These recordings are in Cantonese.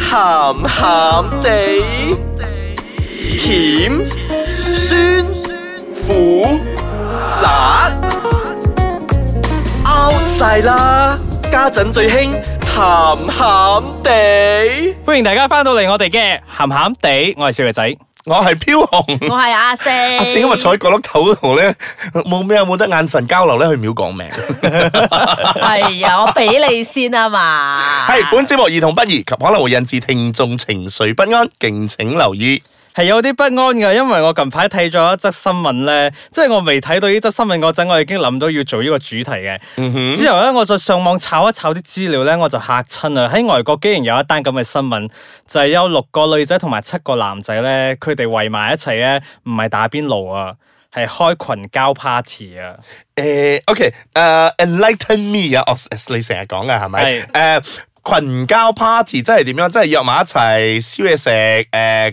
鹹鹹地，甜酸苦辣 out 晒啦！家陣最興鹹鹹地。歡迎大家翻到嚟我哋嘅鹹鹹地，我係小肥仔。我係飄紅。我係阿四，阿阿四今日坐喺角落頭度咧，冇咩啊冇得眼神交流咧，佢唔要講名。係啊，我俾你先啊嘛。係本節目兒童不宜及可能會引致聽眾情緒不安，敬請留意。係有啲不安嘅，因為我近排睇咗一則新聞咧，即係我未睇到呢則新聞嗰陣，我已經諗到要做呢個主題嘅。之後咧，我再上網炒一炒啲資料咧，我就嚇親啊！喺外國竟然有一單咁嘅新聞，就係、有六個女仔同埋七個男仔咧，佢哋圍埋一齊咧，唔係打邊爐啊，係開群交 party 啊！誒，OK，誒，enlighten me 啊，我你成日講嘅係咪？誒。群交 party 即係點樣？即係約埋一齊燒嘢食，誒、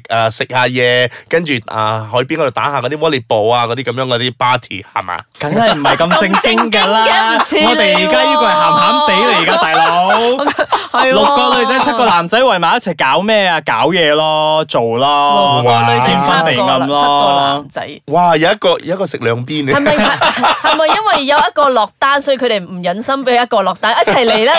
誒食下嘢，跟住啊海邊嗰度打下嗰啲 volleyball 啊，嗰啲咁樣嗰啲 party 係嘛？梗係唔係咁正經㗎啦！ 咁正經嘅唔似你喎我哋而家呢個係鹹鹹地嚟㗎，大 佬。係喎六個女仔七個，男仔圍埋一齊搞咩啊？搞嘢咯，做咯，六個女仔天七昏地個啦暗七個咯男。仔。哇！有一個有一個食兩邊嘅係。咪係咪因為有一個落單，所以佢哋唔忍心俾一個落單，一齊嚟啦？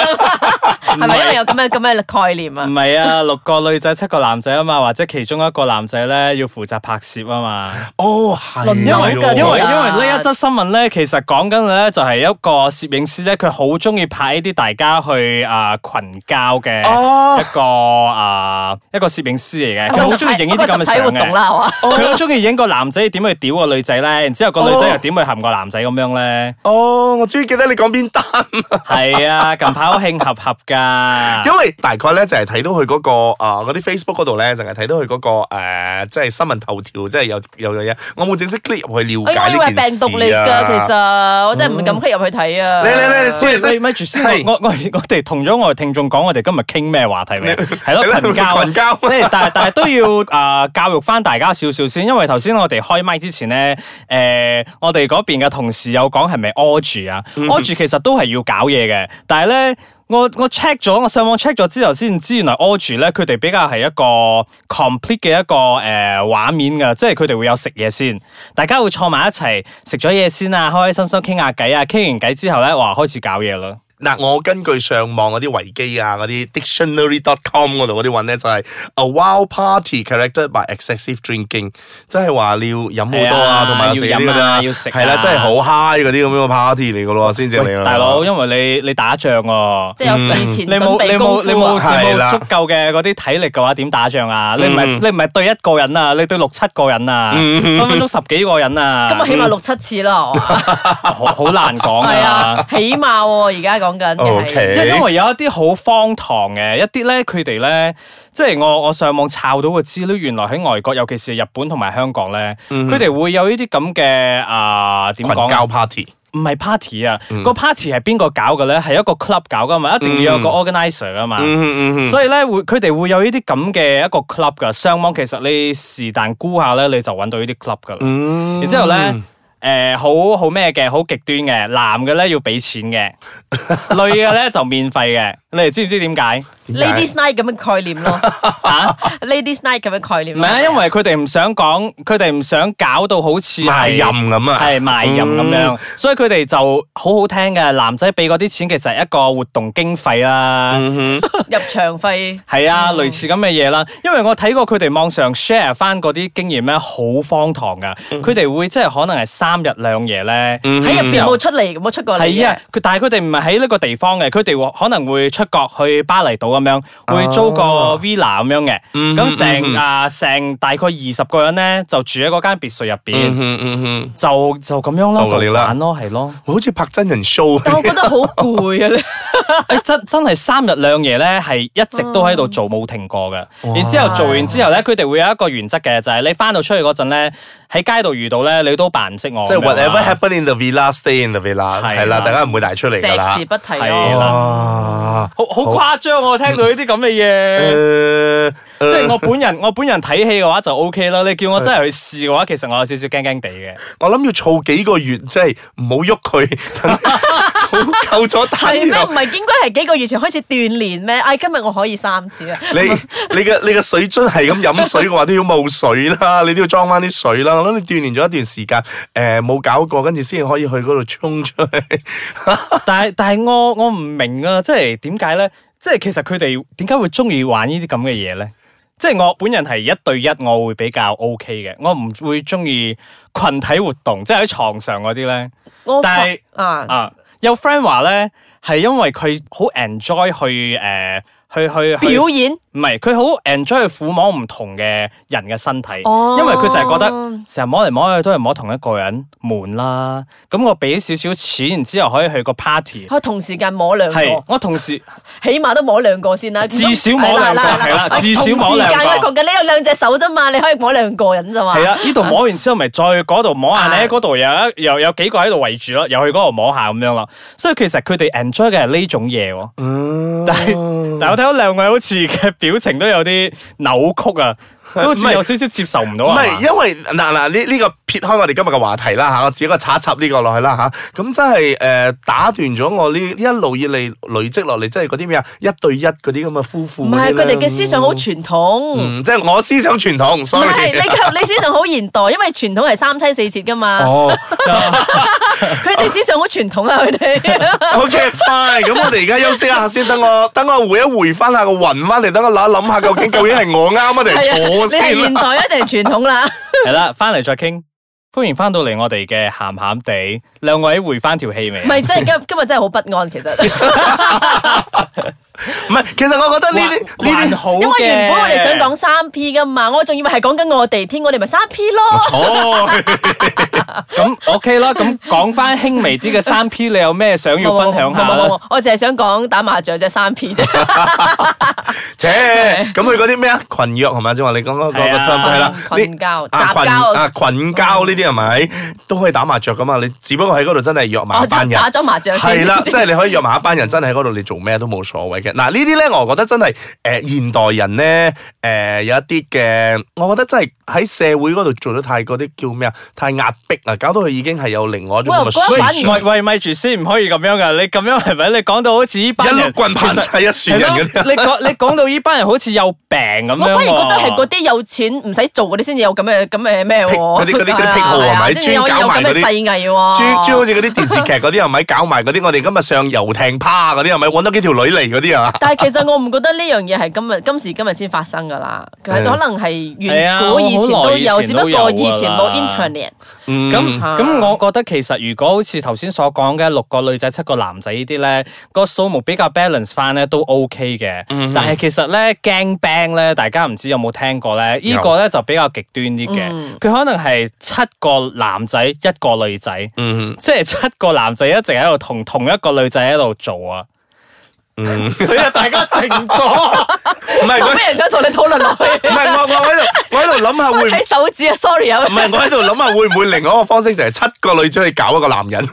係咪因為有咁嘅咁嘅概念啊唔？係啊，六個女仔七個男仔啊嘛，或者其中一個男仔咧要負責拍攝啊嘛。哦，係輪流因喎。為因㗎為因為其實呢一則新聞咧，其實講緊咧就係一個攝影師咧，佢好中意拍呢啲大家去啊群交嘅哦一個啊一個攝影師嚟嘅，佢好中意影呢啲咁嘅哦集體相活動嘅。啦，哦係嘛？佢好中意影個男仔點去屌個女仔咧，然之後個女仔哦又點去含個男仔咁樣咧。哦，我終於記得你講邊單啦，係啊，近排好興合合噶，因為大概咧就係睇到佢嗰、個啊嗰啲 Facebook 嗰度咧，淨係睇到佢嗰、個、呃、即係新聞頭條，即係有有有嘢，我冇正式 click 入去了哎我以解為呢件病事毒嚟㗎，其啊。實我真係唔敢 click 入去睇啊！你你你喂先喂，咪住先，我我我我哋同咗我哋聽眾講，我哋今日傾咩話題未？係咯，係咯群交，啊群交即係但係但係都要啊教育翻大家少少先，因為頭先我哋開麥之前咧，誒我哋嗰邊嘅同事有講係咪屙住啊？屙住其實都係要搞嘢嘅，但係咧。我我 check 咗，我上網 check 咗之後先知，原來 o g 咧佢哋比較係一個 complete 嘅一個誒畫面㗎，即係佢哋會有食嘢先，大家會坐埋一齊食咗嘢先啊，開開心心傾下偈啊，傾完偈之後咧，哇開始搞嘢啦。嗱，我根據上網嗰啲維基啊、嗰啲 dictionary.com 嗰度嗰啲揾咧，就係、a wild party character by excessive drinking，即係話你要飲好多係啊啊，同埋有要啲飲㗎啊啦，要食啊係啦，真係好 high 嗰啲咁樣嘅 party 嚟㗎咯，先至嚟喂啊大佬，因為你你打仗啊。即係有事前你冇準你備功冇你冇你夫啊！係冇啦足夠嘅嗰啲體力嘅話，點打仗啊？你唔係嗯你唔係對一個人啊，你對六七個人啊，分分鐘十幾個人啊，咁啊，起碼六七次啦，係嘛？好好難講係啊啊。，起碼喎，而家講緊嘅係 OK 因因為有一啲好荒唐嘅，一啲咧佢哋咧，即係我我上網抄到嘅資料，原來喺外國，尤其是日本同埋香港咧，佢哋、會有呢啲咁嘅啊點嗯群講交嗯啊？ party。唔係 party 啊，個 party 係邊個搞嘅咧？係一個 club 搞噶嘛，一定要有個 organizer 噶嘛。嗯嗯所以咧，會佢哋會有呢啲咁嘅一個 club 噶。上網其實你是但估下咧，你就揾到呢啲 club 噶啦。嗯然之後咧，誒好好咩嘅，好極端嘅，男嘅咧要俾錢 嘅，女嘅咧就免費嘅。你哋知唔知點解？ Ladies Night 咁嘅 概念咯啊，Ladies Night 咁嘅概念唔 咯。係啊，因為佢哋唔想講，佢哋唔想搞到好似係賣淫咁啊係賣淫咁樣，所以佢哋就好好聽嘅。男仔俾嗰啲錢其實係一個活動經費啦。入場費係啊，哦類似咁嘅嘢啦，因為我睇過佢哋網上 share 翻嗰啲經驗咧，好荒唐噶。嗯佢哋會即係可能係三日兩夜咧，喺入邊嗯冇出嚟，冇出過嚟係啊嘅。，佢但係佢哋唔係喺呢個地方嘅，佢哋可能會出國去巴厘島咁樣，會租個哦 villa 咁樣嘅。嗯咁成啊成大概二十個人咧，就住喺嗰間別墅入邊，嗯嗯嗯，就就咁樣咯，就嚟就啦玩咯，係咯。好似拍真人 show 但我覺得好攰啊！ 誒哎真真係三日兩夜咧，係一直都喺度做冇停過嘅。然之後做完之後咧，佢哋會有一個原則嘅，就係、你翻到出去嗰陣咧，喺街度遇到咧，你都扮唔識我咁樣啊。即係 whatever happened in the villa, stay in the 係 villa，啦係啦，大家唔會帶出嚟㗎啦隻字。不提係啊咯。啦哇！Ờ. 好好誇張喎！聽到呢啲咁嘅嘢，誒，即係我本人，我本人睇戲嘅話就 O K 啦。你叫我真係去試嘅話，其實我有少少驚驚地嘅。我諗要儲幾個月，即係唔好喐佢，等啊儲夠咗單然係咩？唔後係應該係幾個月前開始鍛鍊咩？哎，今日我可以三次啊！你你嘅你嘅水樽係咁飲水嘅話，都要冇水啦，你都要裝翻啲水啦。我諗你鍛炼咗一段時間，诶、冇搞過，跟住先可以去嗰度衝出去。但係但係我我唔明啊，即係點解咧？即係其實佢哋點解會中意玩呢啲咁嘅嘢咧？即係我本人係一對一，我會比較 O K 嘅，我唔會中意群體活動，即係喺床上嗰啲咧。我發但係啊，啊，有 friend 話咧係因為佢好 enjoy 去诶、去去去表演唔係，佢好 enjoy 去撫摸唔同嘅人嘅身體，哦因為佢就係覺得成日摸嚟摸去都係摸同一個人，悶啦。咁我俾少少錢，然之後可以去個 party，可以同時間摸兩個，係我同時起碼都摸兩個先啦。至少摸兩個係啦至少摸兩個同時間我講緊你有兩隻手啫嘛，你可以摸兩個人咋嘛。係啊，呢度摸完之後咪再嗰度摸下啊咧，嗰度有一又有幾個喺度圍住咯，又去嗰度摸下咁樣咯。所以其實佢哋 enjoy 嘅係呢種嘢喎。嗯但係但係我睇到兩位好似嘅表情都有啲扭曲啊，都好唔係似有少少接受唔到唔啊。係嘛係，因為嗱嗱呢呢個撇開我哋今日嘅話題啦嚇，我自己個插一插呢個落去啦嚇，咁真係誒打斷咗我呢一路以嚟累積落嚟，即係嗰啲咩啊一對一嗰啲咁嘅夫婦唔嗰啲係咧佢哋嘅思想好傳統。嗯，即係我思想傳統唔係你 ，sorry。嘅你思想好現代，因為傳統係三妻四妾噶嘛，哦佢哋思想好傳統啊，佢 哋。 ，OK，fine。咁我哋而家休息一下先，等我 等我回一回翻下個魂翻嚟，等我諗一諗下究竟究竟係我啱啊定係錯你係先現啦。代一定係傳統啦。系啦，翻嚟再傾。歡迎翻到嚟我哋嘅鹹鹹地，兩位回翻條氣未啊唔？係，真係今今日真係好不安，其實，唔係，其實我覺得呢啲還還呢好嘅，因為原本我哋想講三 P 噶嘛，我仲以為係講緊我哋添，我哋咪三 P 咯。啲錯。咁 OK 啦。咁講翻輕微啲嘅三 P，你有咩想要分享下冇冇冇啦？冇我淨係想講打麻雀啫，三 P 啫。切，咁佢嗰啲咩啊？群約係咪？正話你講嗰個係個啊 term 係啦，群呢交、啊雜群交，啊群交呢啲係咪都可以打麻雀噶嘛？你只不過喺嗰度真係約埋我一班就人打。咗麻雀先。 係啦，即係你可以約埋一班人，真係喺嗰度你做咩都冇所謂嘅。嗱呢啲咧，我覺得真係誒、呃、現代人咧誒、呃有一啲嘅，我覺得真係喺社會嗰度做得太嗰啲叫咩啊？太壓迫啊，搞到佢已經係有另外一種喂咁嘅我覺得反而喂喂，咪住先，唔可以咁樣噶。你咁樣係咪？你講到好似呢班一人碌棍棒晒一船人嗰啲。啊你講你講到呢班人好似有病咁樣我喎。反而覺得係嗰啲有錢唔使做嗰啲先至有咁嘅咁嘅咩喎？癖嗰啲嗰啲嗰啲癖好係咪啊先至有專搞有埋咁嗰啲嘅世藝喎？專專好似嗰啲電視劇嗰啲係咪搞埋嗰啲？我哋今日上遊艇趴嗰啲係咪揾多幾條女嚟嗰啲啊？但係其實我唔覺得呢樣嘢係今日 今時今日先發生㗎啦，佢係可能係係啊遠古以前好都耐以前有，只不都有過㗎以前冇啦 internet。嗯咁啊咁，我覺得其實如果好似頭先所講嘅六個女仔七個男仔呢啲咧，個數目比較 balance 翻咧都 OK 嘅。嗯但係其實咧 gang bang 咧，大家唔知有冇聽過咧？呢個咧就比較極端啲嘅，嗯佢可能係七個男仔一個女仔，嗯即係七個男仔一直喺度同同一個女仔喺度做啊，嗯，所以大家靜咗。唔係冇佢咩人想同你討論落唔去？係我我喺度我喺度諗 下會唔睇手指啊，sorry 啊 唔。係我喺度諗下會唔會另外一個方式就係七個女仔去搞一個男人。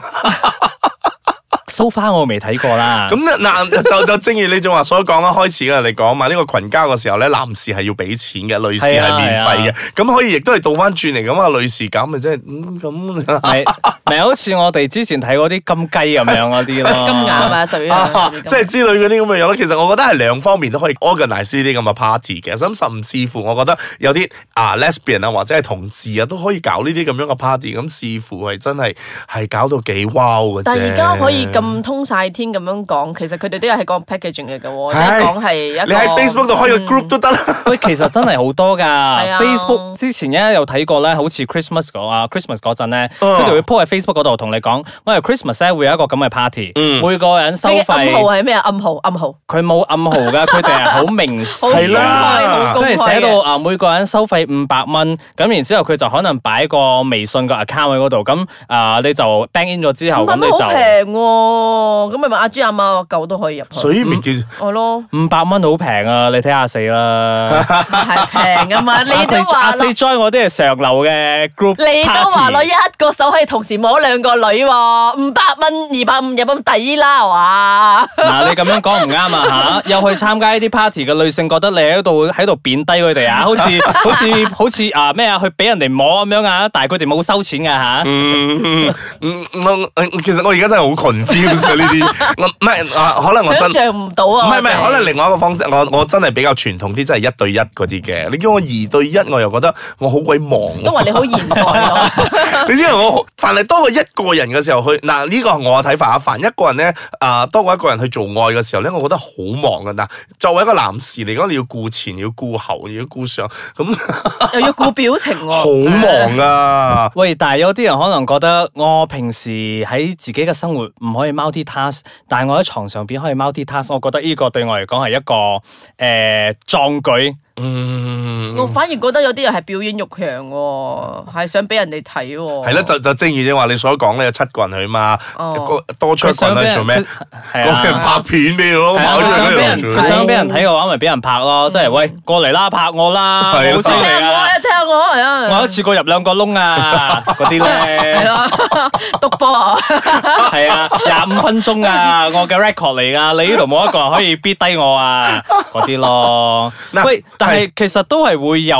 so far 我未睇過啦。咁嗱就就正如你仲話所講啦，開始嘅嚟講嘛，呢個群交嘅時候咧，男士係要俾錢嘅，女士係係啊免費嘅。咁可以亦都係倒翻轉嚟咁啊，女士咁咪即係嗯咁。咪咪好似我哋之前睇嗰啲金雞咁樣嗰啲咯，金眼 啊，屬於啊，即係之類嗰啲咁嘅樣咯。其實我覺得係兩方面都可以 organize 呢啲咁嘅 party 嘅。咁甚至乎，我覺得有啲啊 lesbian 啊或者係同志啊都可以搞呢啲咁樣嘅 party。咁視乎係真係係搞到幾 wow 嘅啫。但係而家可以咁通晒天咁樣講，其實佢哋都有係講 packaging 嚟嘅喎，即唉係講係一個嗯你喺 Facebook 度開個 group 都得啦。喂，其實真係好多㗎啊 Facebook 之前咧有睇過咧，好似 Christmas 嗰啊 Christmas 嗰陣咧，哦嗯佢就會 po 喺 Facebook 嗰度同你講，喂 Christmas 咧會有一個咁嘅 party，嗯每個人收你嘅暗號費，係咩啊？暗號暗號，佢冇暗號 㗎，佢哋係好明示好㗎係啦公佢開好係寫公開到嘅。啊，每個人收費五百蚊，咁然之後佢就可能擺個微信個 account 喺嗰度，咁啊你就 bank in 咗之後，五咁百你蚊好就平喎，哦，咁咪咪阿豬阿貓阿狗都可以入去。所以咪叫哦咯，五百蚊好平啊！你睇下四啦，係平噶 嘛？你阿四都阿話四咯， join 我啲係上流嘅 group，你都話咯， party 一個手可以同時摸兩個女喎，五百蚊、二百五入咁抵啦，係嘛？嗱，你咁樣講唔啱啊 吓！又去參加呢啲 party 嘅女性，覺得你喺度喺度貶低佢哋啊， 好似好似好似啊咩啊，去俾人哋摸咁樣啊，但係佢哋冇收錢噶吓。嗯嗯嗯嗯我我其實我而家真係好 confused 啊呢啲，我唔係啊可能我真想。象唔到啊！唔係唔係，我哋可能另外一個方式，我我真係比較傳統啲，真係一對一嗰啲嘅。你叫我二對一，我又覺得我好鬼忙喎都話你好現代啊咯。你知唔知我凡係當我一個人嘅時候去嗱呢個係我嘅睇法啊，凡一個人咧啊、當我一個人去做愛嘅時候咧，我覺得好忙噶嗱。作為一個男士嚟講，你要顧前，要顧後，要顧上，咁又要顧表情喎，好忙啊！喂，但係有啲人可能覺得我平時喺自己嘅生活唔可以 multi task，但係我喺床上邊可以 multi task，我覺得呢個對我嚟講係一個誒壯舉。嗯，我反而覺得有啲人係表演欲強喎，係想俾人哋睇喎。係啦，就就正如你話你所講咧，有七個人去嘛，哦多出一個俾人去人做咩？佢係 嗰個人啊。拍片俾你咯，係啊跑出佢想嚟俾人嗰度佢做。想俾人睇嘅話，咪俾人拍咯，即係喂過嚟啦，拍我啦，係啊我好犀聽利下 我啊！啊，聽下我係啊，我一次過入兩個窿啊，嗰啲 係咧， 咯，篤波啊，係啊，廿五分鐘啊，我嘅 record 嚟噶，你呢度冇一個人可以 beat 低我啊，嗰啲咯。 嗱喂，但係係其實都係會有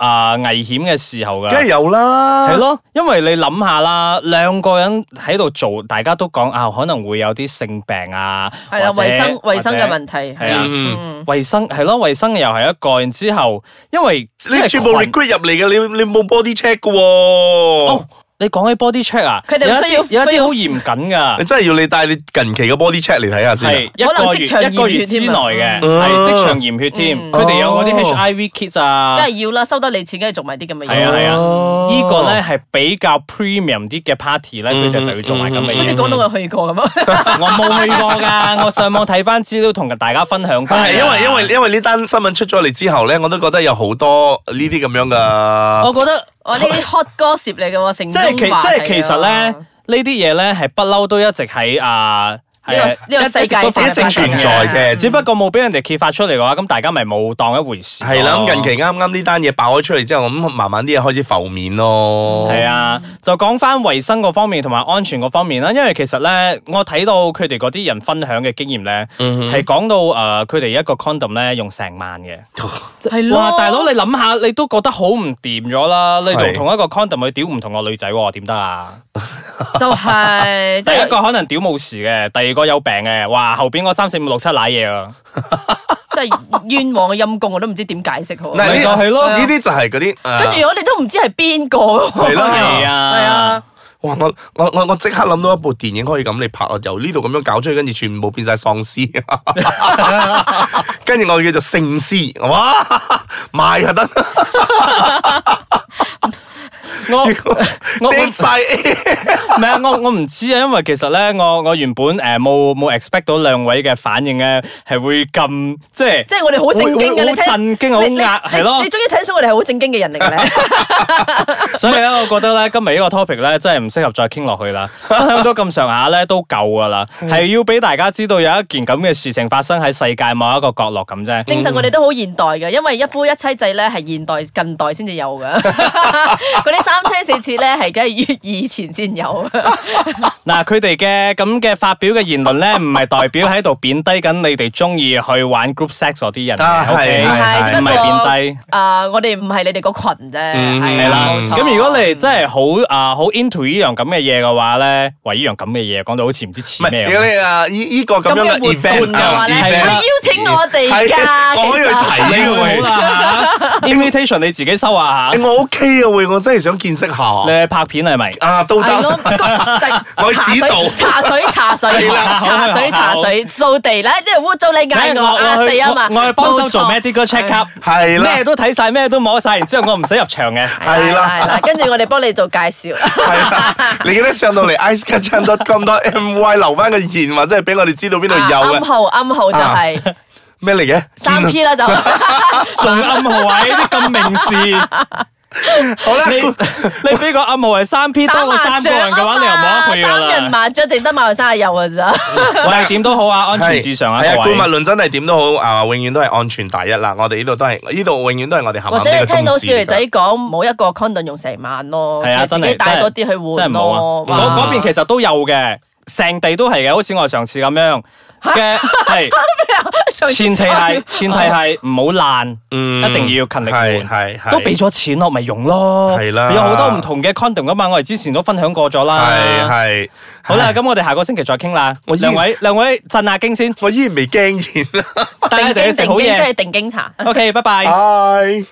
啊、危險嘅時候噶梗。係有啦，係咯，因為你諗下啦，兩個人喺度做，大家都講啊，可能會有啲性病啊，係啦，或者衞生衞生嘅問題係啊嗯嗯衛生係咯，衛生又係一個，然之後因為因你為全部群 recruit 入嚟嘅，你你冇 body check 嘅喎哦。你講起 body check 啊，佢哋唔需要有一啲有一需啲要好嚴謹噶你。 真係要你帶你近期嘅 body check 嚟睇下先係啊。一可能個即月場驗一個月之內血啊嘅，嗯係即場驗血添。嗯佢哋有嗰啲哦 HIV kit 梗啊，係要啦，收得你錢，梗係做埋啲咁嘅係啊嘢。係啊，哦嗯呢個咧係比較 premium 啲嘅 party 咧，佢哋就要做埋咁嘅好似嘢。講到我去過咁啊，我冇去過㗎，我上網睇翻資料同大家分享翻。啊係因為因為因為呢單新聞出咗嚟之後咧，我都覺得有好多呢啲咁樣我嘅。覺得哦我呢啲 hot gossip 嚟嘅喎，城即係其中即話係其實咧，呢啲嘢咧係不嬲都一直喺啊。係啊呢個呢個一世界直都一直存在嘅只不過冇俾人哋揭發出嚟嘅話，咁大家咪冇當一回事咯。係啦，咁近期啱啱呢單嘢爆咗出嚟之後，咁慢慢啲嘢開始浮面咯。係啊，就講翻衞生嗰方面同埋安全嗰方面啦，因為其實咧，我睇到佢哋嗰啲人分享嘅經驗咧，嗯係講到呃誒佢哋一個 condom 咧用成萬嘅，係哇！咯，大佬你諗下，你都覺得好唔掂咗啦，你係同同一個 condom 去屌唔同個女仔喎，點得啊？就 係即即係係一個可能屌冇事嘅，第二個有病嘅，哇！後邊嗰三四五六七奶嘢啊，即係冤枉嘅陰公，我都唔知點解釋好。嗱，呢咪就係咯呢啲就係嗰啲啊跟誒。住我哋都唔知係邊個喎。係啦係係啊啊，。哇！我我我我即刻諗到一部電影可以咁你拍啊，由呢度咁樣搞出去，跟住全部變晒 喪屍，跟住我叫做聖屍，哇！賣就得，我我掟晒 A，唔係啊，我我唔知啊，因為其實咧，我我原本誒冇冇 expect 到兩位嘅反應咧，係會咁即係即係我哋好正經嘅，會你會睇好震驚，好你你壓係你咯你。終於睇得出我哋係好正經嘅人 嚟嘅咧，所以咧，我覺得咧，今日呢個 topic 咧，真係唔適合再傾落去啦。分享到咁上下咧，都夠噶啦，係要俾大家知道有一件咁嘅事情發生喺世界某一個角落咁啫。證實我哋都好現代嘅，因為一夫一妻制咧係現代近代先至有嘅， 嗰啲三妻四妾咧係梗係越以前先有。嗱，佢哋嘅咁嘅發表嘅言論 咧，唔係代表喺度貶低緊你哋中意去玩 group sex 嗰啲人啊嘅，OK，係係係，只唔不係貶低過。啊，我哋唔係你哋個群啫，係嗯係啦啦，冇，錯咁如果你真係好啊好 into 呢樣咁嘅嘢嘅話咧，喂，呢樣咁嘅嘢講到好似唔知唔似係咩如咁。果你啊依依個咁咁樣嘅嘅活 event 動嘅話啊咧，係你 event 邀請我哋係㗎，我可以去其實睇你呢個好位。 啦嚇，invitation 你自己收下嚇誒，我 OK 啊，喂，我真係想見識下。你去拍片係咪？啊，都係咯得。，我茶指水導茶水茶水係啦茶水茶水掃地咧，呢度污糟你嗌我啊去死啊嘛！我我去幫手做冇錯 medical check up，係啦咩都睇晒，咩都摸晒，然之後我唔使入場嘅。係係啦啦係啦，跟住我哋幫你做介紹。係啦，你記得上到嚟 icecatchan.com.my 留翻個言，或者係俾我哋知道邊度有暗嘅號暗號就係咩嚟嘅？三 P 啦就，啊仲暗號位啲咁明示，好啦，你你俾個暗號係三 P 多過三個人嘅話，你又冇得去啊三噶人啦。麻雀淨得馬來西亞有㗎咋。喂，點都好啊，安全至上啊，係係各顧位。物論真係點都好啊，永遠都係安全第一啦。我哋呢度都係呢度，永遠都係我哋行或行者呢你個聽到宗旨少爺嚟仔㗎。講冇一個 condom 用成晚咯，係啊其實自真己係帶多啲去真換係冇啊咯。！嗰哇嗰邊其實都有嘅，成地都係嘅，好似我上次咁樣 嘅，係前提係前提係唔好爛，嗯一定要勤力換。係係係都俾咗錢咯，咪用咯。係啦有好多唔同嘅 condom 噶嘛，我哋之前都分享過咗係啦。係好啦，咁我哋下個星期再傾啦。我依兩位兩位震下驚先，我依然未驚現啊！大家一定定要食經哦定好經出嘢去。定經茶。 OK，拜拜。唉